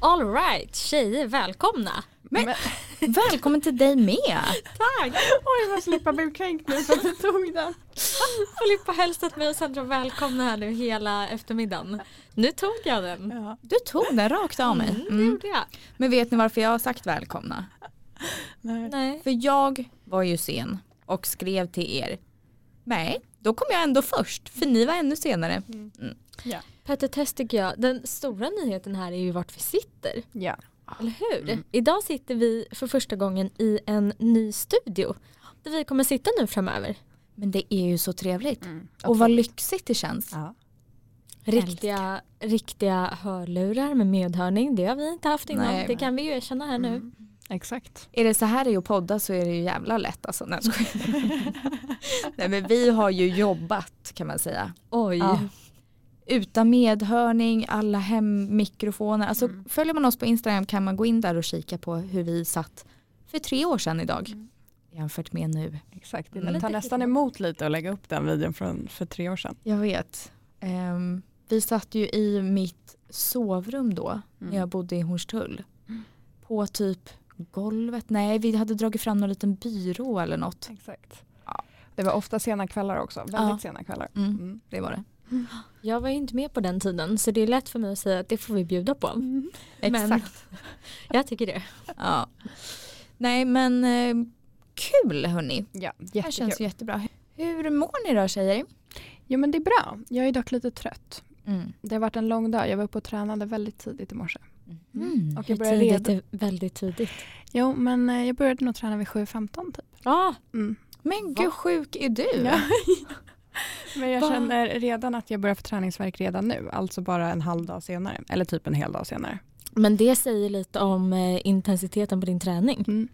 All right, tjejer välkomna. Men, välkommen till dig med. Tack! Oj vad Filippa blev kränkt nu för att du tog den. Filippa hälsat mig och Sandra välkomna här nu hela eftermiddagen. Nu tog jag den. Ja. Du tog den rakt av mig. Mm, det gjorde jag. Men vet ni varför jag har sagt välkomna? Nej. Nej. För jag var ju sen och skrev till er. Nej, då kom jag ändå först för ni var ännu senare. Petitess tycker jag, den stora nyheten här är ju vart vi sitter. Ja. Eller hur? Idag sitter vi för första gången i en ny studio. Där vi kommer sitta nu framöver. Men det är ju så trevligt. Mm. Och vad lyxigt det känns. Ja. Riktiga, riktiga hörlurar med medhörning. Det har vi inte haft innan. Nej. det kan vi ju erkänna här nu. Exakt. Är det så här det är att podda så är det ju jävla lätt alltså. Nej, jag skojar. Nej men vi har ju jobbat kan man säga. Oj. Ja. Utan medhörning, alla hemmikrofoner. Alltså, Följer man oss på Instagram kan man gå in där och kika på hur vi satt för tre år sedan idag. Jämfört med nu. Exakt. Mm. Det tar nästan emot lite att lägga upp den videon från för tre år sedan. Jag vet. Ehm, vi satt ju i mitt sovrum då när jag bodde i Hornstull. På typ golvet. Nej, vi hade dragit fram någon liten byrå eller något. Exakt. Ja. Det var ofta sena kvällar också. Väldigt Ja. sena kvällar. Mm, Mm. det var det. Jag var ju inte med på den tiden så det är lätt för mig att säga att det får vi bjuda på. Mm. Men- Exakt. Jag tycker det. Ja. Nej men eh, kul hörni. Ja, Det här jättekul. känns ju jättebra. Hur mår ni då tjejer? Jo men det är bra. Jag är dock lite trött. Det har varit en lång dag. Jag var uppe och tränade väldigt tidigt i morse. Mm. Och jag började Tidigt redan. är väldigt tidigt. Jo men eh, jag började nog träna vid 7.15 typ. Ja, Mm. Men gud sjuk är du. Ja. Men jag Va? känner redan att jag börjar få träningsvärk redan nu, alltså bara en halv dag senare, eller typ en hel dag senare. men det säger lite om eh, intensiteten på din träning. Mm.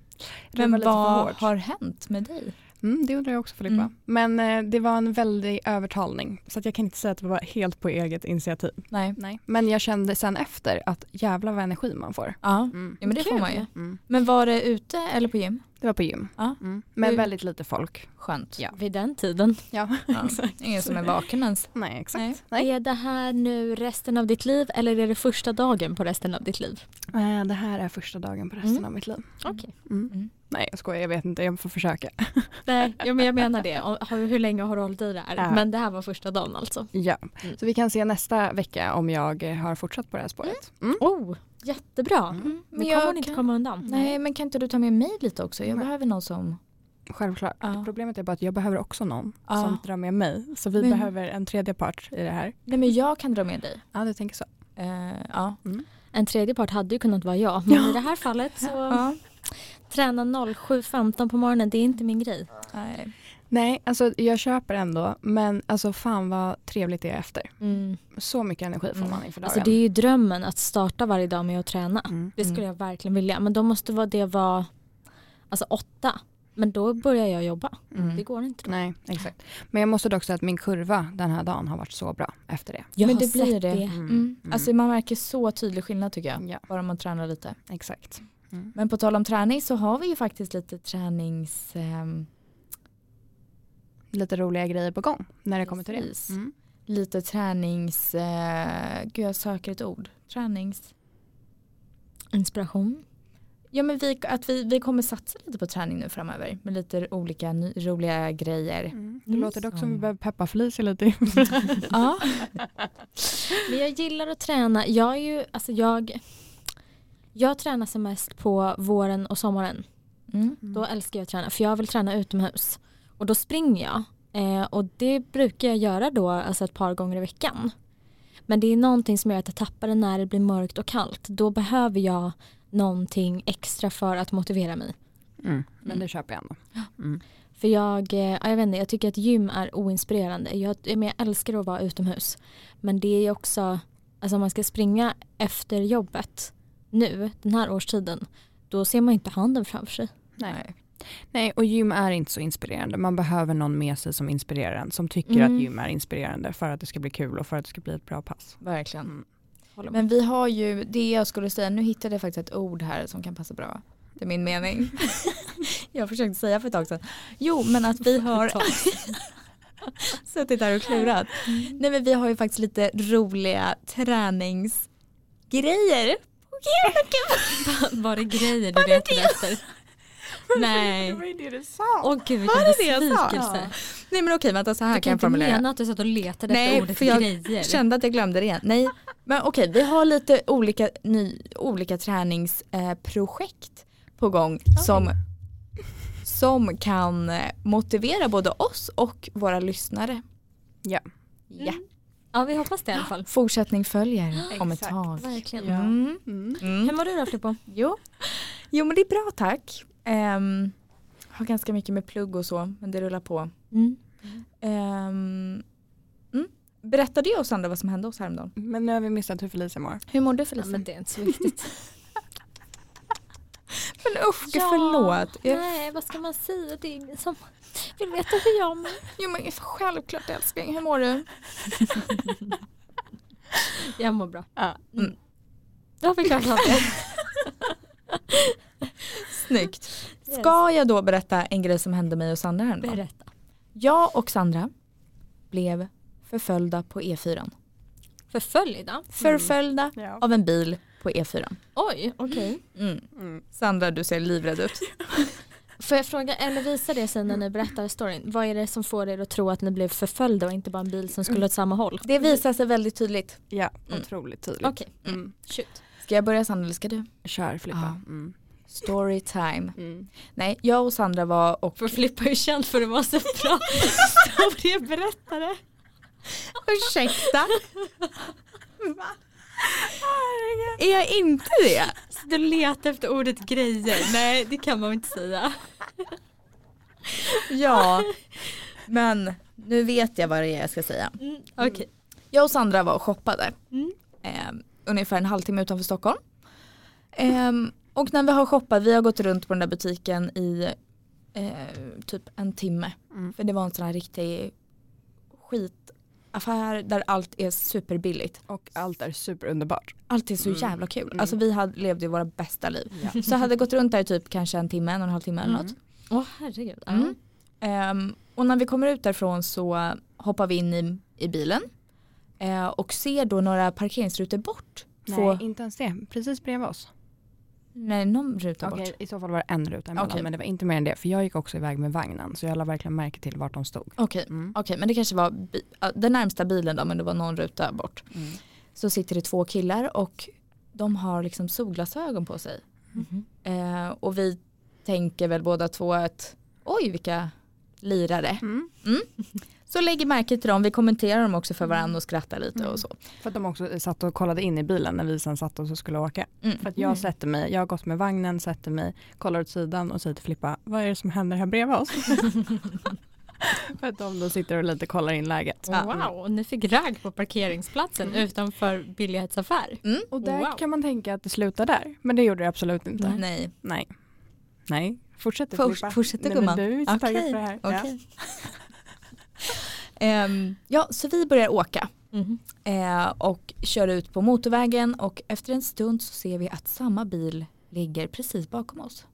Det var Men lite för vad hårt. har hänt med dig? Mm, det undrar jag också Filippa. Mm. Men eh, det var en väldig övertalning, så att jag kan inte säga att det var helt på eget initiativ. Nej. Nej. Men jag kände sen efter att jävla vad energi man får. Ja, Mm. ja men det får Kul. man ju. Mm. Men var det ute eller på gym? Det var på gym, Ja. mm. men Hur- väldigt lite folk. Skönt. Ja. Vid den tiden. Ja, Ja. Ingen som är vaken ens. Nej, exakt. Nej. Är det här nu resten av ditt liv eller är det första dagen på resten av ditt liv? Eh, Det här är första dagen på resten Mm. av mitt liv. Okej. Mm. Mm. Nej, jag skojar, jag vet inte, jag får försöka. Nej, ja, men jag menar det. Och Hur hur länge har du hållit i det här? Ja. Men det här var första dagen alltså. Ja, Mm. så vi kan se nästa vecka om jag eh, har fortsatt på det här spåret. Mm. Oh, jättebra. Men Det kommer jag hon inte kan... komma undan. Nej men kan inte du ta med mig lite också? Jag Nej. behöver någon som... Självklart. Ja. Problemet är bara att jag behöver också någon Ja. som drar med mig. Så vi Men- behöver en tredje part i det här. Nej men jag kan dra med dig. Ja, du tänker så. Eh, ja. En tredje part hade ju kunnat vara jag. Men i det här fallet så träna 07.15 på morgonen, det är inte min grej. Nej. Nej, alltså jag köper ändå, men alltså fan vad trevligt det är efter. Så mycket energi får Mm. man inför dagen. Alltså det är ju drömmen att starta varje dag med att träna. Mm. Det skulle jag verkligen vilja. Men då måste vara- det vara alltså åtta. Men då börjar jag jobba. Mm. Det går inte. Då. Nej, exakt. Men jag måste dock säga att min kurva den här dagen har varit så bra efter det. Jag Men har det blir sett det. Mm. Mm. Mm. Alltså man märker så tydlig skillnad tycker jag. Ja, Bara man tränar lite. exakt. Men på tal om träning så har vi ju faktiskt lite tränings... ehm, Lite roliga grejer på gång när det kommer till Precis. det. Mm. lite tränings... Eh, gud jag söker ett ord. Tränings... Inspiration. Ja men vi, att vi, vi kommer satsa lite på träning nu framöver med lite olika ny, roliga grejer. Mm. Det Mm. låter dock som vi Som- behöver peppa Felicia lite inför det här. Ja. Men jag gillar att träna. Jag är ju, alltså jag, jag tränar som mest på våren och sommaren. Mm. Då älskar jag att träna för jag vill träna utomhus. Och då springer jag. Eh, och det brukar jag göra då alltså ett par gånger i veckan. Men det är någonting som gör att jag tappar det när det blir mörkt och kallt. Då behöver jag någonting extra för att motivera mig. Mm. Men Mm. det köper jag ändå. Mm. För jag, eh, ja, jag vet inte, jag tycker att gym är oinspirerande. Jag, jag men jag älskar att vara utomhus. Men det är ju också, alltså om man ska springa efter jobbet nu, den här årstiden, då ser man ju inte handen framför sig. Nej. Nej, och gym är inte så inspirerande. Man behöver någon med sig som inspirerar en, som tycker Mm. att gym är inspirerande för att det ska bli kul och för att det ska bli ett bra pass. Verkligen. Mm. Håller med. Men vi har ju, det jag skulle säga, nu hittade jag faktiskt ett ord här som kan passa bra. Det är min mening. jag försökte säga för ett tag sedan. Jo men att vi har suttit här och klurat. Nej men vi har ju faktiskt lite roliga träningsgrejer. Var det grejer du letade efter? Nej. var ju det du sa. Åh gud vilken Var det det jag sa? besvikelse. Nej men okej vänta så här Du kan kan jag inte formulera. mena att du satt och letade Nej, efter ordet för jag grejer. Kände att jag glömde det igen. Nej men okej vi har lite olika, ny, olika träningsprojekt eh, projekt på gång som som kan eh, motivera både oss och våra lyssnare. Ja. Ja. Ja vi hoppas det i alla fall. Fortsättning följer om ett Exakt. tag. Verkligen. Mm. Mm. Hur mår du då Filippo? Jo. jo men det är bra tack. Ehm, har ganska mycket med plugg och så men det rullar på. Mm. Ehm, mm. Berättade jag och Sandra vad som hände oss häromdagen? Men nu har vi missat hur Felicia mår. Hur mår du Ja, Felicia? men det är inte så viktigt. men usch Ja, förlåt. Jag, Nej vad ska man säga? Det är ingen som vill veta hur jag mår. jo men självklart älskling hur mår du? Jag mår bra. Ja. Mm. Jag fick klart av det. Snyggt. Ska jag då berätta en grej som hände mig och Sandra häromdagen? Berätta. Jag och Sandra blev förföljda på E4. Förföljda? Förföljda Ja. av en bil på E E4. Oj, okej. Mm. Mm. Sandra du ser livrädd ut. Får jag fråga, eller visa det sen när ni berättar storyn. Vad är det som får er att tro att ni blev förföljda och inte bara en bil som skulle åt samma håll? Det visar sig väldigt tydligt. ja, Mm. otroligt tydligt. Okej, Mm. shoot. Ska jag börja Sandra eller ska du? Kör Filippa. Ja. Mm. Storytime. Mm. Nej, jag och Sandra var och... För Filippa är ju känd för att vara så bra historieberättare. Ursäkta? Är jag inte det? Så du letar efter ordet grejer. Nej, det kan man inte säga. Ja. Men nu vet jag vad det är jag ska säga. Mm, okej. Jag och Sandra var och shoppade. Mm. Eh, ungefär en halvtimme utanför Stockholm. Ehm, och när vi har shoppat, vi har gått runt på den där butiken i eh, typ en timme. Mm. För det var en sån här riktig skitaffär där allt är superbilligt. Och allt är superunderbart. Allt är så Mm. jävla kul. Mm. Alltså vi hade, levde ju våra bästa liv. Ja. Så jag hade gått runt där i typ kanske en timme, en och en halv timme eller Mm. något. Åh herregud. Ja. Mm. Ehm, och när vi kommer ut därifrån så hoppar vi in i, i bilen eh, och ser då några parkeringsrutor bort. Två, Nej, inte ens det. Precis bredvid oss. nej, någon ruta bort. Okej, I så fall var det en ruta emellan Okej. men det var inte mer än det. För jag gick också iväg med vagnen så jag lade verkligen märke till vart de stod. Okej, Mm. okej, men det kanske var bi- ja, den närmsta bilen då men det var någon ruta bort. Mm. Så sitter det två killar och de har liksom solglasögon på sig. Mhm. Eh, och vi tänker väl båda två att oj vilka lirare. Mm. Så lägger märke till dem, vi kommenterar dem också för varandra och skrattar lite Mm. och så. För att de också eh, satt och kollade in i bilen när vi sen satt oss och skulle åka. Mm. För att jag sätter mig, jag har gått med vagnen, sätter mig, kollar åt sidan och säger till Filippa, vad är det som händer här bredvid oss? för att de då sitter och lite kollar in läget. Ja. Wow, ni fick ragg på parkeringsplatsen utanför billighetsaffär. Och där Wow. kan man tänka att det slutar där, men det gjorde det absolut inte. Nej. Nej, Nej, fortsätt Fors- Filippa. fortsätter, Nej, men gumman. Du är så taggad för det här. Ja. okej. Ehm, ja, så vi börjar åka Mhm. eh, och kör ut på motorvägen och efter en stund så ser vi att samma bil ligger precis bakom oss.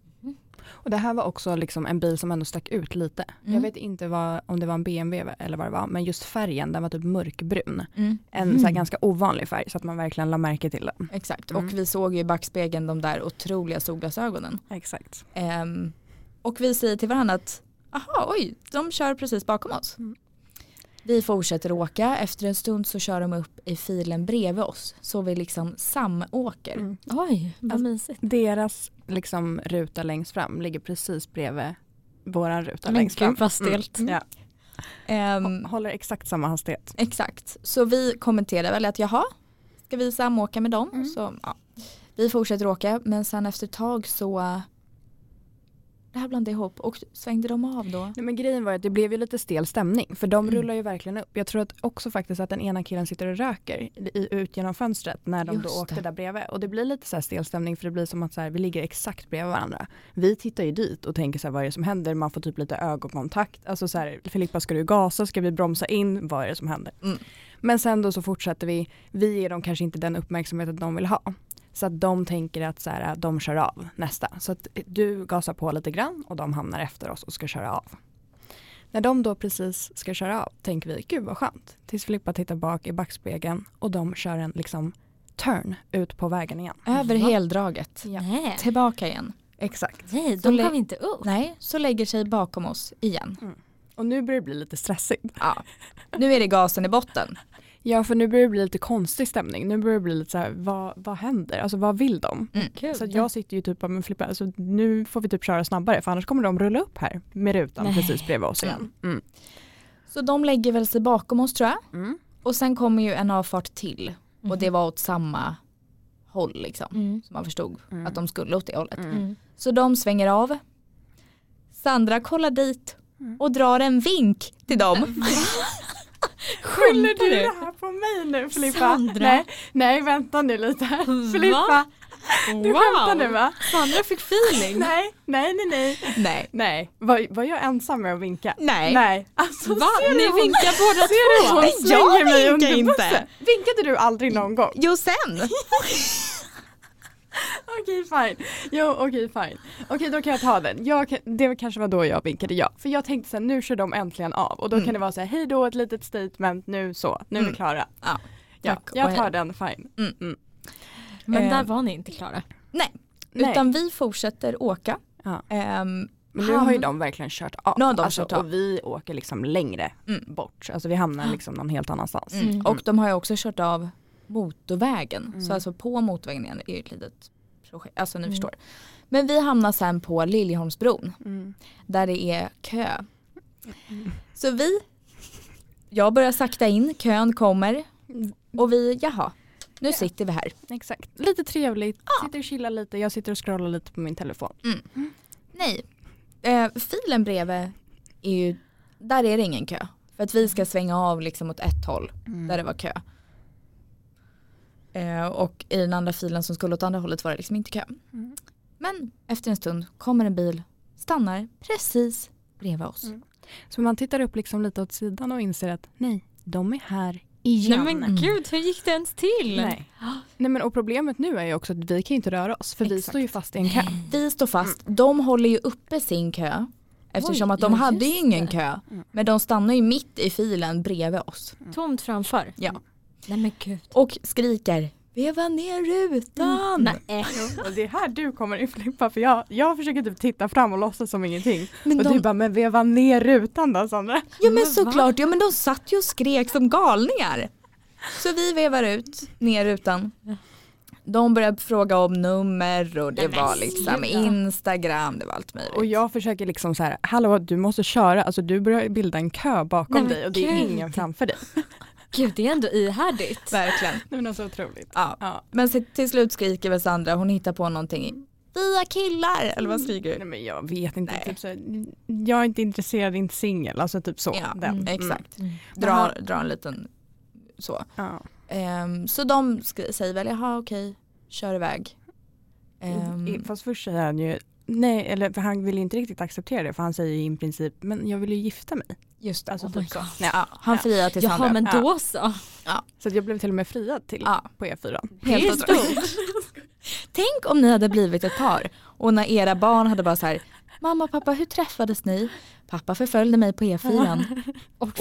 Och det här var också liksom en bil som ändå stack ut lite. Mm. Jag vet inte vad, om det var en BMW eller vad det var, men just färgen den var typ mörkbrun. En Mm. så här ganska ovanlig färg så att man verkligen la märke till den. Exakt, Mm. och vi såg ju i backspegeln de där otroliga solglasögonen. Exakt. Ehm, och vi säger till varandra att aha, oj, de kör precis bakom oss. Mm. Vi fortsätter åka, efter en stund så kör de upp i filen bredvid oss så vi liksom samåker. Mm. Oj, vad Alltså- mysigt. Deras liksom ruta längst fram ligger precis bredvid våran ruta Men längst fram. gud vad stelt. Mm. Ja. Ehm, Hå- Håller exakt samma hastighet. Exakt, så vi kommenterade väl att jaha, ska vi samåka med dem? Mm. Så, ja. Vi fortsätter åka men sen efter ett tag så det här blandade jag ihop och svängde de av då? Nej, men grejen var att det blev ju lite stel stämning för de rullar ju verkligen upp. Jag tror att också faktiskt att den ena killen sitter och röker i, i, ut genom fönstret när de Just då åkte det. där bredvid. Och det blir lite så här stel stämning för det blir som att så här, vi ligger exakt bredvid varandra. Vi tittar ju dit och tänker så här, vad är det som händer? Man får typ lite ögonkontakt. Alltså så här, Filippa ska du gasa? Ska vi bromsa in? Vad är det som händer? Mm. Men sen då så fortsätter vi. Vi ger dem kanske inte den uppmärksamheten de vill ha. Så att de tänker att så här, de kör av nästa. Så att eh, du gasar på lite grann och de hamnar efter oss och ska köra av. När de då precis ska köra av tänker vi, gud vad skönt. Tills Filippa tittar bak i backspegeln och de kör en liksom turn ut på vägen igen. Över Va? heldraget. Ja. Nej, Tillbaka igen. Exakt. nej Så de le- kom inte upp. Nej, så lägger sig bakom oss igen. Och nu börjar det bli lite stressigt. Ja. Nu är det gasen i botten. Ja för nu börjar det bli lite konstig stämning. Nu börjar det bli lite så här, vad, vad händer? Alltså vad vill de? Gud. Så att jag sitter ju typ bara, men Filippa alltså, nu får vi typ köra snabbare för annars kommer de rulla upp här med rutan Nej. precis bredvid oss igen. Mm. Så de lägger väl sig bakom oss tror jag. Mm. Och sen kommer ju en avfart till. Mhm. Och det var åt samma håll liksom. Mm. Så man förstod Mm. att de skulle åt det hållet. Mm. Mm. Så de svänger av. Sandra kollar dit Mm. och drar en vink till dem. Skyller Skämtar du du? det här på mig nu Filippa? Sandra? Nej, nej vänta nu lite. Filippa, du skämtar nu va? Sandra fick feeling. Nej, nej, nej, nej. Nej. Nej, var, var jag ensam med att vinka? Nej. Nej. Alltså Va? ser Ni du hon, vinkar båda ser du två? hon Nej, jag slänger mig vinkar under inte. bussen? Vinkade du aldrig någon gång? Jo sen. Okej fine. Jo okej fine. Okej då kan jag ta den. Jag, kan- det kanske var då jag vinkade ja. För jag tänkte sen nu kör de äntligen av och då kan det vara så här hej då ett litet statement nu så, nu är vi Mm. klara. Ja. Ja, Tack och jag tar hej. den fine. Mm. Men Eh, där var ni inte klara. Nej. Utan vi fortsätter åka. Ja. Ehm, Men nu Han- har ju de verkligen kört av. Alltså, Nu har de kört av. Och vi åker liksom längre Mm. bort. Alltså vi hamnar liksom någon helt annanstans. mm. Mm. Och de har ju också kört av motorvägen. Mm. Så alltså på motorvägen igen är ju ett litet projekt. Alltså ni Mm. förstår. Men vi hamnar sen på Liljeholmsbron Mm. där det är kö. Så vi, jag börjar sakta in, kön kommer och vi, jaha, nu sitter vi här. Exakt. Lite trevligt. Ah. Sitter och chillar lite. Jag sitter och scrollar lite på min telefon. Nej, eh, filen bredvid är ju, där är det ingen kö. För att vi ska svänga av liksom åt ett håll där det var kö. Eh, och i den andra filen som skulle åt andra hållet var det liksom inte kö. Mm. Men efter en stund kommer en bil, stannar precis bredvid oss. Mm. Så man tittar upp liksom lite åt sidan och inser att nej, de är här igen. Nej men Mm. gud, hur gick det ens till? Nej. nej men och problemet nu är ju också att vi kan ju inte röra oss för vi Exakt. står ju fast i en kö. Vi står fast, de håller ju uppe sin kö. Eftersom Oj, att de ja, hade ju just ingen det. kö. Mm. Men de stannar ju mitt i filen bredvid oss. Mm. Tomt framför. Ja. Nej men gud. Och skriker veva ner Mm. rutan. Nej. Och det är här du kommer in Filippa för jag, jag försöker typ titta fram och låtsas som ingenting. Men och de, du bara men veva ner rutan då Sandra. ja men Men va? såklart, ja, men de satt ju och skrek som galningar. Så vi vevar ut, ner rutan. De började fråga om nummer och det Nej, men var liksom sluta. Instagram, det var allt möjligt. Och jag försöker liksom så här, hallå du måste köra, alltså du börjar bilda en kö bakom Nej, men dig och det är gud. ingen framför dig. Gud, det är ändå ihärdigt. Verkligen. Nej men alltså otroligt. Ja. Ja. Men se- till slut skriker väl Sandra, hon hittar på någonting. Vi är killar, eller vad skriker du? Nej men jag vet Nej. inte, typ så här, jag är inte intresserad, inte singel, alltså typ så. Ja, Den. Mm. Exakt, Mm. dra, dra en liten så. Ja. Ehm, så de sk- säger väl, jaha okej, kör iväg. Ehm, I- Fast först säger han ju, nej eller för han vill ju inte riktigt acceptera det för han säger ju i princip, men jag vill ju gifta mig. just det, Alltså Oh my typ så. God. Nej, ja, han Ja. friar till Sandra. Jaha men då så. Så att jag blev till och med friad till Ja, på E E4. Det är helt otroligt. Tänk om ni hade blivit ett par och när era barn hade bara så här, mamma och pappa hur träffades ni? Pappa förföljde mig på E E4. Och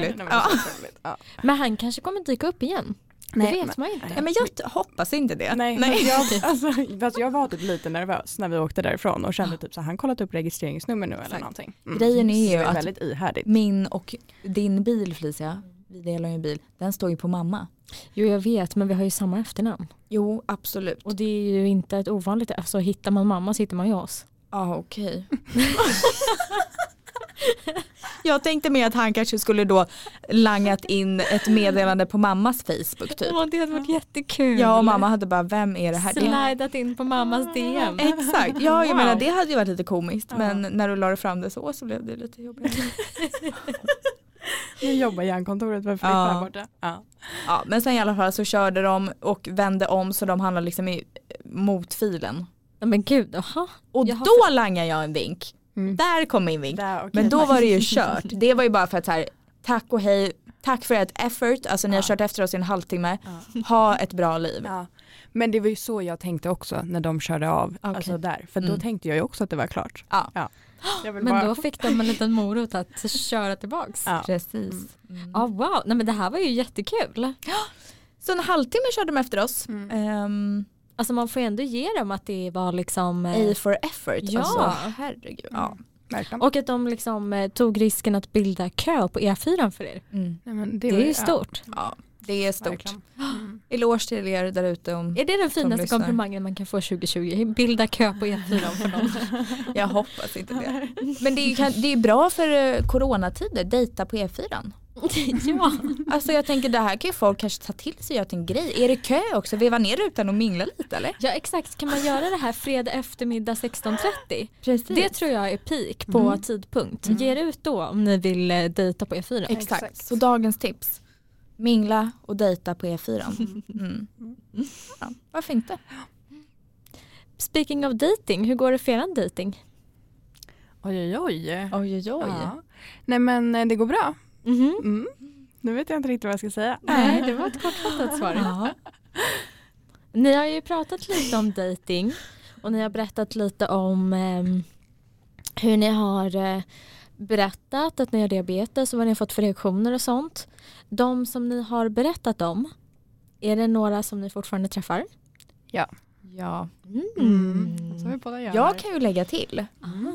friande. Nej, men Ja. så otroligt. Ja. Men han kanske kommer dyka upp igen. Nej, det vet men- man ju inte. Ja, men jag t- hoppas inte det. Nej, men Jag, alltså, fast jag var typ lite nervös när vi åkte därifrån och kände typ så här, han kollat upp registreringsnummer nu eller Exakt. någonting. Mm. Grejen Mm. är ju det är att- väldigt ihärdigt. Min och din bil Felicia, vi delar ju en bil, den står ju på mamma. Jo jag vet men vi har ju samma efternamn. Jo absolut. Och det är ju inte ett ovanligt, alltså hittar man mamma så hittar man ju oss. Ja ah, okej. Jag tänkte mer att han kanske skulle då langat in ett meddelande på mammas Facebook typ. Åh, det hade varit jättekul. Ja och mamma hade bara vem är det här? Det är... Slidat in på mammas DM. Exakt, ja jag Wow. menar det hade ju varit lite komiskt Ja. men när du la fram det så så blev det lite jobbigt. Jag jobbar järnkontoret, varför Ja. är det här borta? Ja. Ja, men sen i alla fall så körde de och vände om så de hamnade liksom i motfilen. Nej, Men gud, jaha. Och Jag har då langar jag en vink. Mm. Där kom min vink. Där, okej. Men då var det ju kört. Det var ju bara för att så här, tack och hej, tack för ert effort, alltså ni har Ja. kört efter oss i en halvtimme, ha ett bra liv. Ja. Men det var ju så jag tänkte också när de körde av. Okej. Alltså där. För Mm. då tänkte jag ju också att det var klart. Ja. Jag vill Men bara- då fick de en liten morot att köra tillbaks. Ja. Precis. Mm. Ja, wow, nej men det här var ju jättekul. Så en halvtimme körde de efter oss. Mm. Ehm, Alltså man får ju ändå ge dem att det var liksom eh, A for effort. Ja. Alltså, herregud. Ja. Verkligen. och att de liksom eh, tog risken att bilda kö på E4 för er. Mm. Nej, men Det var är ju stort. ja, det är Ja, stort. verkligen. Mm. Eloge till er där ute. om- Är det den finaste Mm. lyssnar. komplimangen man kan få 2020? Bilda kö på E E4 för någon. Jag hoppas inte det. Men det är, ju kan- det är bra för eh, coronatider, dejta på E4. ja. Alltså jag tänker det här kan ju folk kanske ta till sig och göra till en grej. Är det kö också? Veva ner rutan och mingla lite eller? ja exakt, kan man göra det här fredag eftermiddag 16.30? Precis. Det tror jag är peak på Mm. tidpunkt. Ge er ut då om ni vill eh, dejta på E4. Exakt. Exakt. Så dagens tips. Mingla och dejta på E4. Mm. Ja, varför inte? Speaking of dating, hur går det för eran dating? Oj, oj, oj. Oj oj oj. Ja. Nej men eh, det går bra. Mm. Nu vet jag inte riktigt vad jag ska säga. Nej, det var ett kortfattat svar. Ni har ju pratat lite om dating och ni har berättat lite om ehm, hur ni har eh, berättat att ni har diabetes och vad ni har fått för reaktioner och sånt. De som ni har berättat om, är det några som ni fortfarande träffar? Ja. Mm. Mm. Så har vi båda gör. Jag kan ju lägga till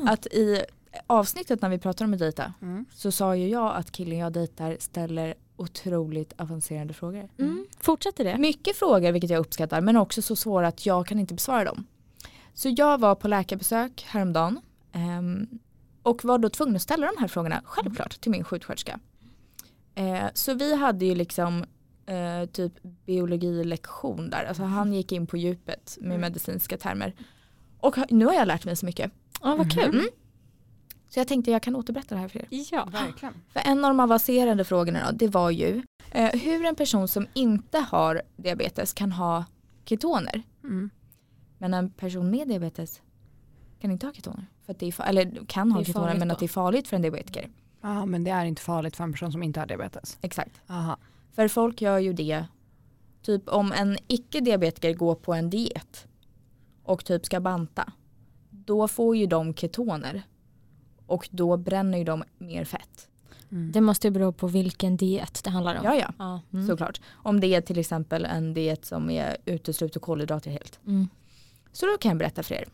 att i avsnittet när vi pratade om att dejta Mm. så sa ju jag att killen jag dejtar ställer otroligt avancerade frågor. Mm. Fortsätter det? Mycket frågor vilket jag uppskattar men också så svåra att jag kan inte besvara dem. Så jag var på läkarbesök häromdagen ehm, och var då tvungen att ställa de här frågorna självklart till min sjuksköterska. Eh, så vi hade ju liksom eh, typ biologilektion där. Alltså han gick in på djupet med Mm. medicinska termer. Och ha- nu har jag lärt mig så mycket. Ja, vad kul. Mm. Så jag tänkte jag kan återberätta det här för er. Ja. Verkligen. För en av de avancerade frågorna då, det var ju eh, hur en person som inte har diabetes kan ha ketoner. Mm. Men en person med diabetes kan inte ha ketoner. För att det är fa- eller kan ha Det är ketoner farligt men då. att det är farligt för en diabetiker. Ja men det är inte farligt för en person som inte har diabetes. Exakt. Aha. För folk gör ju det, typ om en icke-diabetiker går på en diet och typ ska banta, då får ju de ketoner. Och då bränner ju de mer fett. Mm. Det måste ju bero på vilken diet det handlar om. Ja, ja. Ja, mm. såklart. Om det är till exempel en diet som är utesluter kolhydrater helt. Mm. Så då kan jag berätta för er.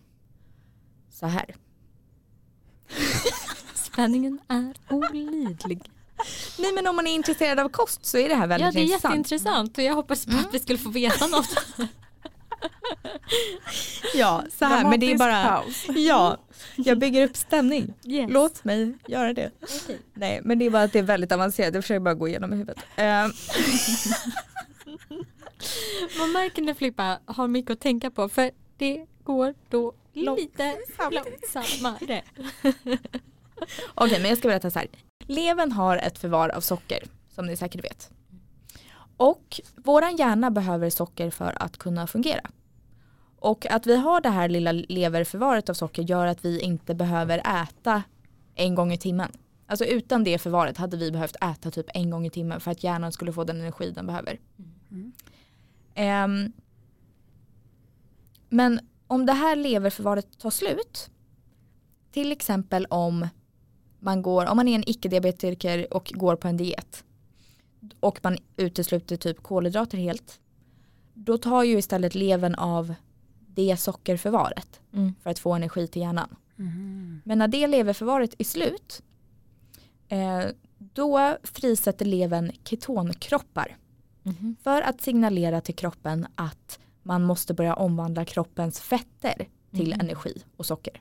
Så här. Spänningen är olidlig. Nej men om man är intresserad av kost så är det här väldigt ja, det är intressant. jätteintressant och jag hoppas på att vi skulle få veta något. Ja, så här, men det är bara, Paus. ja, jag bygger upp stämning. Yes. Låt mig göra det. Okej. Nej, men det är bara att det är väldigt avancerat. Jag försöker bara gå igenom i huvudet. Eh, Man märker när Filippa har mycket att tänka på för det går då lite långsammare. Okej, men jag ska berätta så här. Levern har ett förvar av socker, som ni säkert vet. Och våran hjärna behöver socker för att kunna fungera. Och att vi har det här lilla leverförvaret av socker gör att vi inte behöver äta en gång i timmen. Alltså utan det förvaret hade vi behövt äta typ en gång i timmen för att hjärnan skulle få den energi den behöver. Mm. Ehm, men om det här leverförvaret tar slut, till exempel om man, går, om man är en icke-diabetiker och går på en diet och man utesluter typ kolhydrater helt, då tar ju istället levern av det sockerförvaret Mm. för att få energi till hjärnan. Mhm. Men när det leverförvaret är slut, eh, då frisätter levern ketonkroppar Mm-hmm. för att signalera till kroppen att man måste börja omvandla kroppens fetter till Mhm. energi och socker.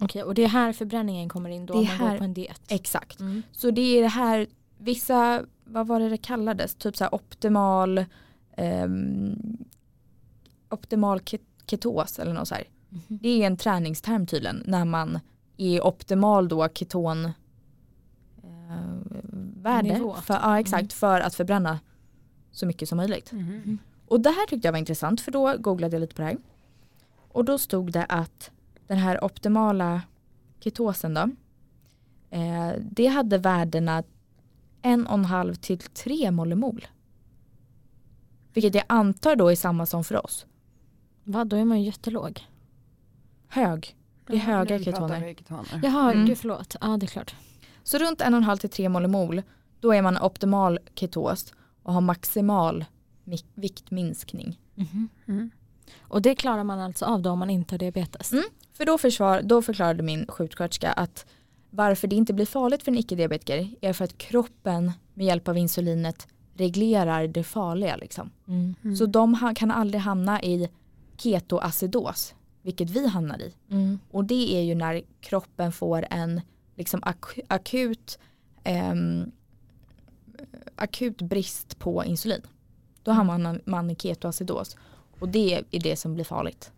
Okej, och det är här förbränningen kommer in då Det om är man går här- på en diet? Exakt. Mm. Så det är det här, vissa, vad var det det kallades, typ så här optimal, ehm, optimal ke- ketos eller något så här. Mhm. Det är en träningsterm tydligen när man är optimal då keton eh, Nivå, värde för, ja, exakt, Mm. för att förbränna så mycket som möjligt. Mhm. Och det här tyckte jag var intressant för då googlade jag lite på det här. Och då stod det att den här optimala ketosen då, eh, det hade värdena 1,5 till 3 millimol. Vilket jag antar då är samma som för oss. Va, då är man ju jättelåg. Hög. Det är höga Nu pratar ketoner. vi ketoner. Jaha, Mm. gud förlåt. Ja, det är klart. Så runt 1,5 till 3 millimol, då är man optimal ketos och har maximal mik- viktminskning. Mm-hmm. Mm. Och det klarar man alltså av då om man inte har diabetes? Mm. För då, försvar, då förklarade min sjuksköterska att varför det inte blir farligt för en icke-diabetiker är för att kroppen med hjälp av insulinet reglerar det farliga. Liksom. Mm. Mm. Så de ha, kan aldrig hamna i ketoacidos, vilket vi hamnar i. Mm. Och det är ju när kroppen får en liksom ak- akut, ehm, akut brist på insulin. Då hamnar man, man i ketoacidos. Och det är det som blir farligt.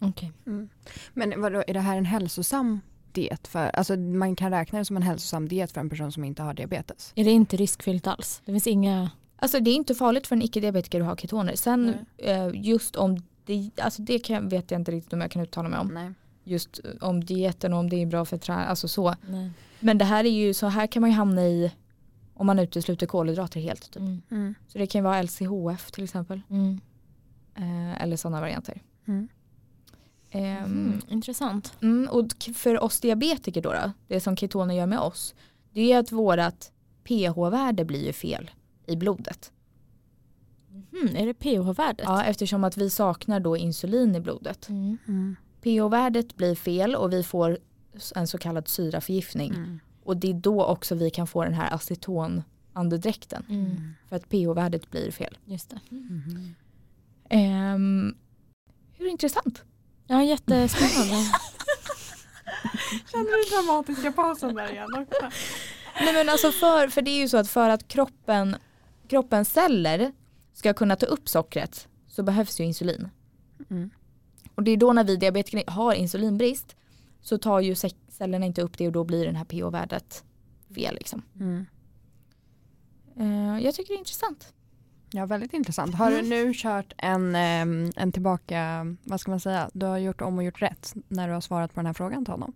Okej. Mm. Men vadå, är det här en hälsosam diet? För, alltså man kan räkna det som en hälsosam diet för en person som inte har diabetes. Är det inte riskfyllt alls? Det finns inga... Alltså det är inte farligt för en icke-diabetiker att ha ketoner. Sen eh, just om det, alltså det kan, vet jag inte riktigt om jag kan uttala mig om. Nej. Just eh, om dieten och om det är bra för träning, alltså så. Nej. Men det här är ju, så här kan man ju hamna i om man utesluter kolhydrater helt. Typ. Mm. Mm. Så det kan ju vara LCHF till exempel. Mm. Eh, eller sådana varianter. Mm. Ehm, Mm. Intressant. Mm, och k- för oss diabetiker då, då, det som ketoner gör med oss, det är att vårat pH-värde blir ju fel i blodet. Mm. Är det pH-värdet? Ja, eftersom att vi saknar då insulin i blodet. Mm. Mm. pH-värdet blir fel och vi får s- en så kallad syraförgiftning. Mm. Och det är då också vi kan få den här acetonandedräkten. Mm. För att pH-värdet blir fel. Just det. Mhm. Ehm, hur intressant? Ja, jättespännande. Känner du dramatiska pausen där igen också? Nej men alltså för, för det är ju så att för att kroppen, kroppens celler ska kunna ta upp sockret så behövs ju insulin. Mm. Och det är då när vi diabetiker har insulinbrist så tar ju se- cellerna inte upp det och då blir den här pH-värdet fel liksom. Mm. Ehm, jag tycker det är intressant. Ja, väldigt intressant. Har Mm. du nu kört en, ehm, en tillbaka, vad ska man säga, du har gjort om och gjort rätt när du har svarat på den här frågan till honom?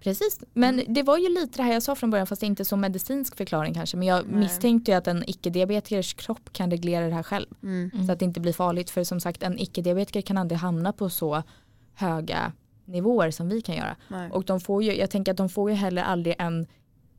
Precis, men Mm. det var ju lite det här jag sa från början fast det är inte som medicinsk förklaring kanske men jag Nej. misstänkte ju att en icke-diabetikers kropp kan reglera det här själv Mm. Mm. så att det inte blir farligt för som sagt en icke-diabetiker kan aldrig hamna på så höga nivåer som vi kan göra Nej. och de får ju, jag tänker att de får ju heller aldrig en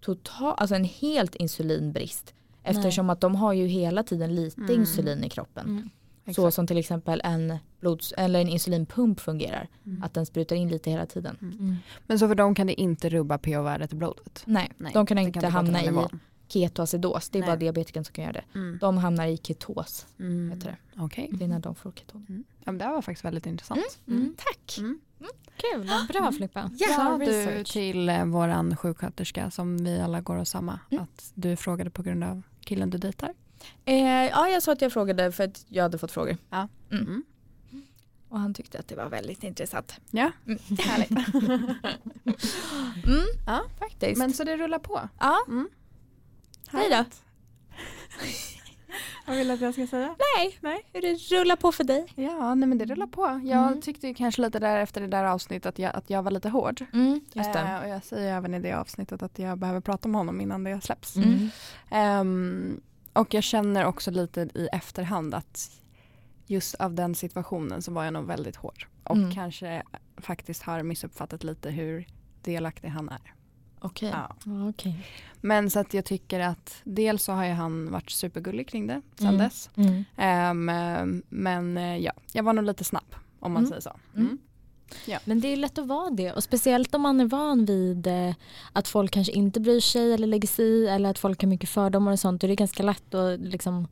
total, alltså en helt insulinbrist eftersom att de har ju hela tiden lite Mm. insulin i kroppen Mm. så som till exempel en, blods, eller en insulinpump fungerar Mm. att den sprutar in lite hela tiden Mm. Men så för dem kan det inte rubba pH-värdet i blodet? Nej, Nej, de kan det inte gå till hamna den i nivån. ketoacidos. Det är Nej. bara diabetikern som kan göra det. Mm. De hamnar i ketos. Mm. Heter det. Okej, det är när de får ketoner. ja, men det här var faktiskt väldigt intressant. Mm. Tack! Mm. Kul, bra Filippa. Sa Bra du research. till eh, våran sjuksköterska som vi alla går hos samma Mm. att du frågade på grund av killen du dejtar? Eh, ja, jag sa att jag frågade för att jag hade fått frågor. Ja. Mm. Mm. Och han tyckte att det var väldigt intressant. Ja, Mm. Härligt. mm. Ja, faktiskt. men så det rullar på. ja, Mm. hej då. Vad vill du att jag ska säga? Nej. Hur det rullar på för dig. Ja, nej men det rullar på. Jag Mm. tyckte ju kanske lite där efter det där avsnittet att jag, att jag var lite hård. Mm, just det. Eh, och jag säger även i det avsnittet att jag behöver prata med honom innan det släpps. Mm. Ehm, och jag känner också lite i efterhand att just av den situationen så var jag nog väldigt hård. Och Mm. kanske faktiskt har missuppfattat lite hur delaktig han är. Okej. Ja. Ja, okej. Men så att jag tycker att dels så har ju han varit supergullig kring det sen Mm. dess. Mm. Ehm, men eh, ja, jag var nog lite snabb om man Mm. säger så. Mm. Mm. Men det är lätt att vara det och speciellt om man är van vid eh, att folk kanske inte bryr sig eller lägger sig i eller att folk har mycket fördomar och sånt och det är ganska lätt att liksom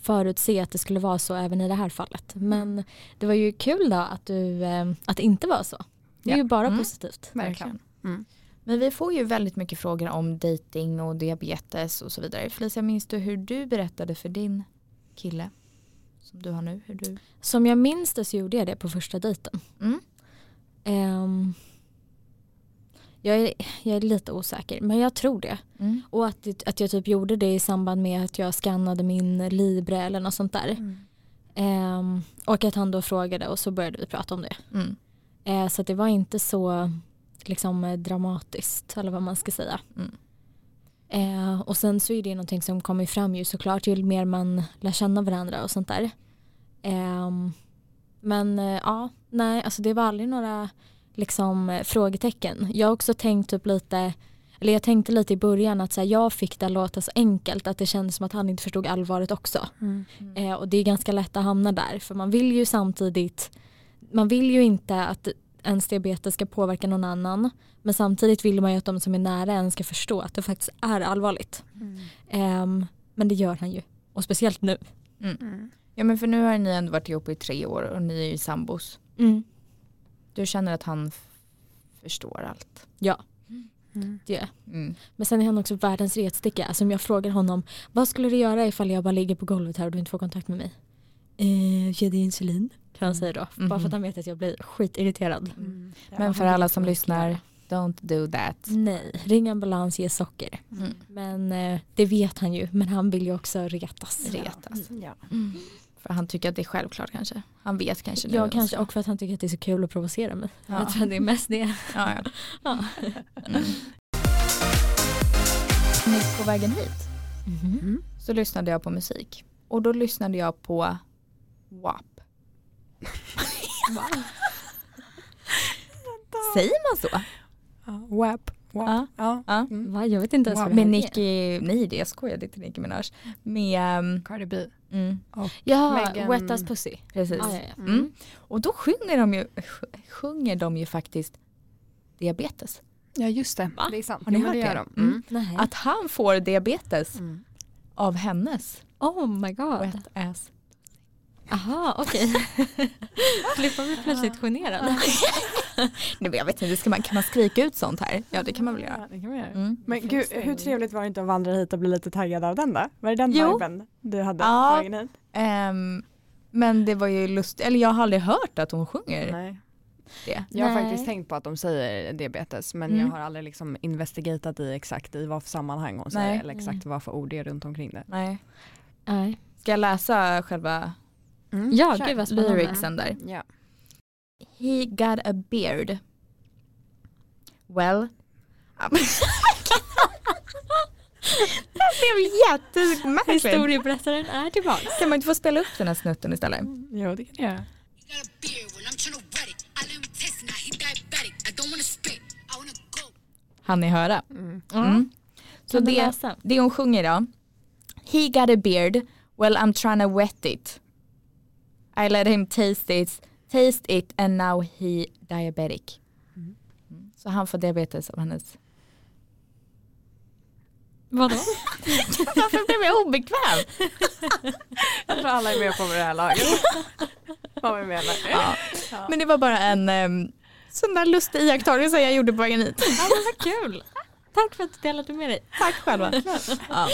förutse att det skulle Mm. vara så även i det här fallet. Men det var ju kul då att, du, eh, att det inte var så. Det är Ja. ju bara Mm. positivt. Verkligen. Mm. Men vi får ju väldigt mycket frågor om dating och diabetes och så vidare. Felicia, minns du hur du berättade för din kille som du har nu? Hur du... Som jag minns det så gjorde jag det på första dejten. Mm. Ehm, jag, är, jag är lite osäker men jag tror det. Mm. Och att, det- att jag typ gjorde det i samband med att jag skannade min Libre eller något sånt där. Ehm, och att han då frågade och så började vi prata om det. Mm. Eh, så att det var inte så liksom, eh, dramatiskt eller vad man ska säga. Mm. Eh, och sen så är det ju någonting som kommer fram ju såklart ju mer man lär känna varandra och sånt där. Ehm, men eh, ja, nej, alltså det var aldrig några liksom, eh, frågetecken. Jag har också tänkt typ lite eller jag tänkte lite i början att så här, jag fick det att låta så enkelt att det kändes som att han inte förstod allvaret också. Mm. Eh, och det är ganska lätt att hamna där för man vill ju samtidigt, man vill ju inte att ens diabetes ska påverka någon annan men samtidigt vill man ju att de som är nära en ska förstå att det faktiskt är allvarligt. Ehm, men det gör han ju och speciellt nu. Ja men för nu har ni ändå varit ihop i tre år och ni är ju sambos. Mm. Du känner att han f- förstår allt. Det gör jag. Mm. Men sen är han också världens retsticka. Alltså om jag frågar honom vad skulle du göra ifall jag bara ligger på golvet här och du inte får kontakt med mig? Mm. Eh, ge dig insulin kan han säga då. Bara för att han vet att jag blir skitirriterad. Men för alla som vad man lyssnar, don't do that. Nej, ring ambulans, ge socker. Mm. Men eh, det vet han ju, men han vill ju också retas. Retas. Ja. För han tycker att det är självklart kanske. Han vet kanske nu. Jag kanske, också. och för att han tycker att det är så kul att provocera mig. Ja. Jag tror att det är mest det. Ja, ja. Ja. Mm. Nick, På vägen hit Mm. Mm. så lyssnade jag på musik. Och då lyssnade jag på WAP. Säger man så? Ja, WAP. WAP. Ja. Ja. Ja. Mm. Va, jag vet inte ens Wow. vad det här Med är. Nicki, nej det jag skojar, det är inte Nicki Minaj. Med, ehm, Cardi B. mm, Ja, Megan- wet as pussy. precis. Ah, Ja, ja, ja. Mm. Och då sjunger de ju, sj- sjunger de ju faktiskt diabetes. Ja just det, Va? det är sant. Har ni Jo, men hört gör det? de. Mm. Nej. Att han får diabetes Mm. av hennes oh my god. wet ass. Aha, okej. Slipper vi plötsligt generad? Nej men jag vet inte, ska man, kan man skrika ut sånt här? Ja det kan man väl göra. Ja, det kan man göra. Mm. Men gud, hur trevligt var det inte att vandra hit och bli lite taggad av den då? Var det den Jo. viben du hade Ja. på vägen hit? Ehm, men det var ju lustigt, eller jag har aldrig hört att hon sjunger Nej. det. Jag har Nej. faktiskt tänkt på att de säger diabetes men Mm. jag har aldrig liksom investigatat i exakt i vad för sammanhang hon Nej. säger eller exakt vad för ord det är runt omkring det. Nej. Nej. Ska jag läsa själva Mm. Ja, Kör. gud vad spännande. lyricsen där? Ja. He got a beard. Well. det blev jättemärkligt. Historieberättaren är tillbaka. Kan man inte få spela upp den här snutten istället? Mm. Jo det kan jag göra. got a beard when I'm tryna wet it. I let him taste it, now he diabetic. I don't wanna spit, I wanna go. Han ni höra? Mm. Mm. Så Kan du det, läsa? det hon sjunger då. He got a beard, well I'm trying to wet it. I let him taste it, taste it and now he diabetic. Mm. Så han får diabetes av hennes. Vadå? Varför blev jag obekväm? Jag tror alla är med på det här laget. Vad vi menar. ja. Men det var bara en um, sån där lustig iakttagelse jag gjorde på vägen hit. Ja, men vad kul. Tack för att du delade med dig. Tack själva. ja.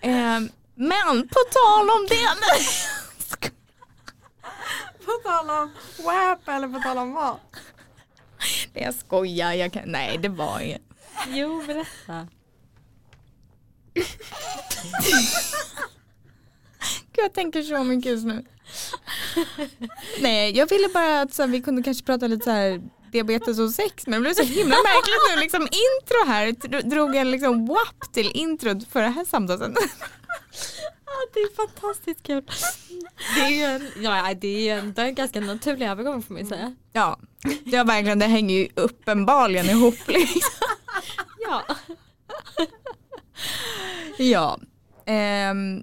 Ehm, men på tal om det. På tal om WAP eller på tal om vad? Nej, jag skojar, jag kan, nej det var inget. Jo, berätta. Gud, jag tänker så mycket just nu. Nej, jag ville bara att så här, vi kunde kanske prata lite så här diabetes och sex men det blev så himla märkligt nu liksom intro här dro- drog en liksom WAP till introt för det här samtalet. Ja, det är fantastiskt kul. Det är ju en, ja, det är ju en, det är en ganska naturlig övergång får man ju säga. Ja, det var verkligen det hänger ju uppenbarligen ihop liksom. Ja. Ja. Ehm,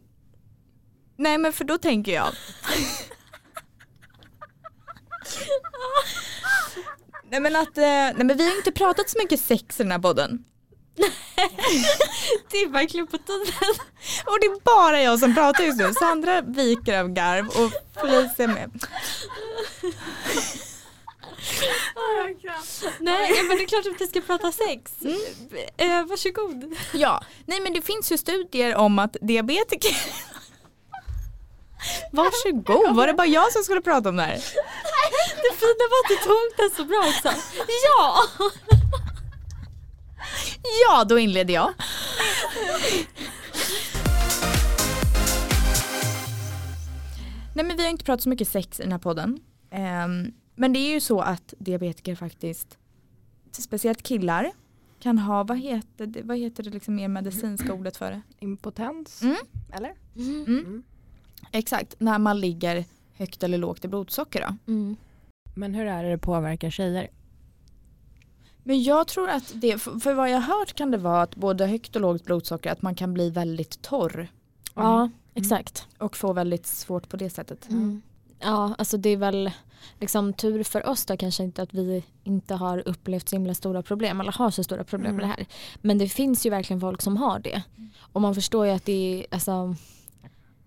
nej men för då tänker jag. nej men att, eh, nej men vi har inte pratat så mycket sex i den här podden. Det är verkligen på tiden. Och det är bara jag som pratar just nu. Sandra viker av garv och Felicia med. Nej ja, men det är klart att vi ska prata sex. Eh, varsågod. Ja, nej men det finns ju studier om att diabetiker... Varsågod, var det bara jag som skulle prata om det här? Det fina var att du tog den så bra också. Ja! Ja, då inleder jag. Nej men vi har inte pratat så mycket sex i den här podden. Ehm, men det är ju så att diabetiker faktiskt, speciellt killar, kan ha, vad heter det, vad heter det liksom mer medicinska ordet för det? Impotens? Mm. Eller? Exakt, när man ligger högt eller lågt i blodsocker då. Mm. Men hur är det det påverkar tjejer? Men jag tror att det, för för vad jag har hört kan det vara att både högt och lågt blodsocker, att man kan bli väldigt torr Ja exakt. och få väldigt svårt på det sättet. Mm. Ja alltså det är väl liksom tur för oss då kanske inte att vi inte har upplevt så himla stora problem eller har så stora problem med det här. Men det finns ju verkligen folk som har det. Och man förstår ju att det är alltså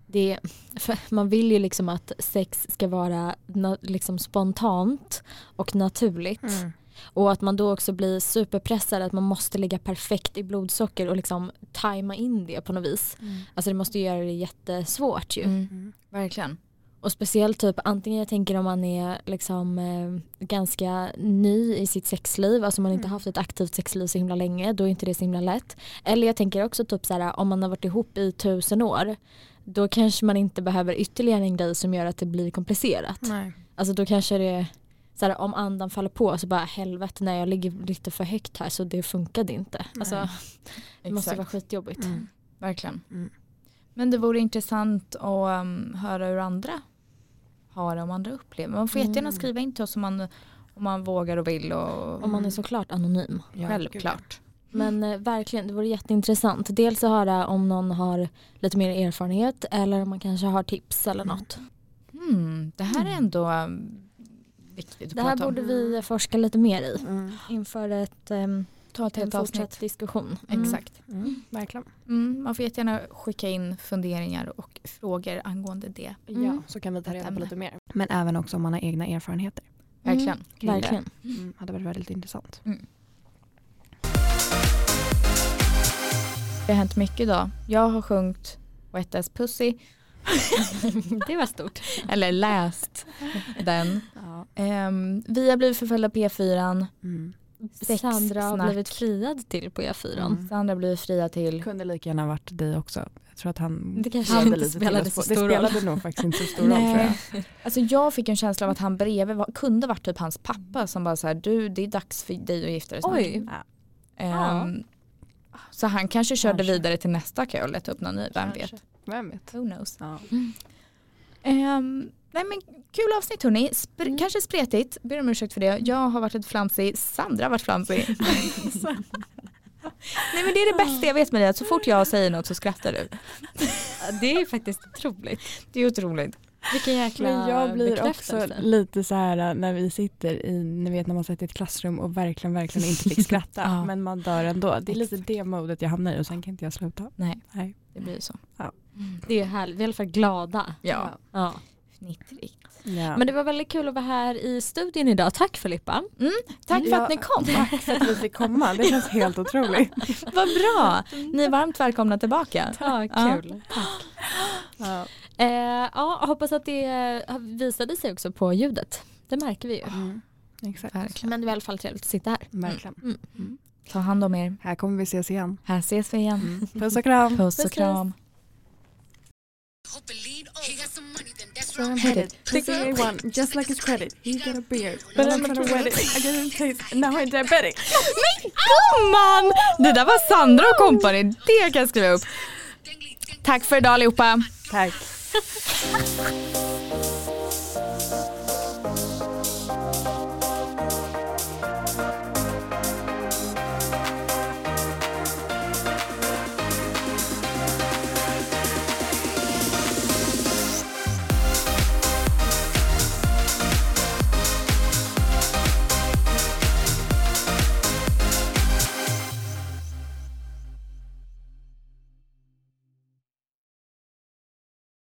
det, är- för man vill ju liksom att sex ska vara na, liksom spontant och naturligt. Mm. Och att man då också blir superpressad att man måste ligga perfekt i blodsocker och liksom tajma in det på något vis. Mm. Alltså det måste ju göra det jättesvårt ju. Mm. Verkligen. Och speciellt typ antingen jag tänker om man är liksom eh, ganska ny i sitt sexliv, alltså man har inte haft ett aktivt sexliv så himla länge, då är inte det så himla lätt. Eller jag tänker också typ så här om man har varit ihop i tusen år, då kanske man inte behöver ytterligare en grej som gör att det blir komplicerat. Nej. Alltså då kanske det så här, om andan faller på så bara helvete när jag ligger lite för högt här så det funkade inte. Alltså, det måste Exakt. vara skitjobbigt. Verkligen. Mm. Men det vore intressant att um, höra hur andra har det, om andra upplever. Man får jättegärna skriva in till oss om man, om man vågar och vill. Och, Mm. Om man är såklart anonym. Ja, självklart. Men Mm. eh, verkligen, det vore jätteintressant. Dels att höra om någon har lite mer erfarenhet eller om man kanske har tips eller något. Mm, det här är ändå um, viktigt att Det här prata om. Mm. borde vi forska lite mer i Mm. inför ett, ehm, ta ett en helt fortsatt avsnitt. diskussion. Exakt. Mm. Verkligen. Mm, man får jättegärna skicka in funderingar och frågor angående det. Mm. Ja, så kan vi ta reda på Ämne. lite mer. Men även också om man har egna erfarenheter. Mm. Verkligen. kring det. Verkligen. Mm. Hade varit väldigt intressant. Det har hänt mycket idag. Jag har sjungit Wet as Pussy, det var stort. eller läst den. Ehm, vi har blivit förföljda på E4. Mm. Sex Sandra har snack. blivit friad till på E4. Mm. Sandra blir fria till. Kunde lika gärna varit dig också. Jag tror att han Det kanske hade inte lite spelade till så oss på- stor Det roll. spelade nog faktiskt inte så stor roll tror jag. Alltså jag fick en känsla av att han bredvid var, kunde varit typ hans pappa som bara så här, du det är dags för dig att gifta dig snart. Oj. Ehm, Så han kanske körde Kanske. vidare till nästa kö och letade upp någon ny, vem Kanske. vet. Vem vet? Who knows. Ja. Ehm, nej men kul avsnitt hörni, Spr- Mm. kanske spretigt, ber om ursäkt för det. Jag har varit lite flamsig, Sandra har varit flamsig. nej men det är det bästa jag vet med dig, att så fort jag säger något så skrattar du. Det är faktiskt otroligt. Det är otroligt. Vilken jäkla Men jag blir också bekräftelse. lite så här äh, när vi sitter i, ni vet när man satt i ett klassrum och verkligen, verkligen inte fick skratta. Ja. Men man dör ändå. Det är lite Exakt. det modet jag hamnar i och sen kan inte jag sluta. Nej, Nej. det blir ju så. Det är härligt, vi är i alla fall glada. Ja. Ja. Fnittrigt. Ja. Men det var väldigt kul att vara här i studion idag. Tack Filippa. Tack för Ja. att ni kom. Tack för att vi fick komma, det känns helt otroligt. Vad bra! Ni är varmt välkomna tillbaka. Ja, kul. Ja. Eh, ja, hoppas att det eh, visade sig också på ljudet. Det märker vi ju. Mm. Exakt. Men det var i alla fall trevligt att sitta här. Verkligen. Ta hand om er. Här kommer vi ses igen. Här ses vi igen. Mm. Puss och kram. Puss och kram. Hope it lead over. He got some money, then that's So where I'm I'm headed. headed. Picking a one, just like his credit. He got a beard, But but I'm I'm trying not to wet it. I got in taste, and now I'm diabetic. Gumman! Det där var Sandra och kompani. Det kan jag skriva upp. Tack för idag allihopa. Tack.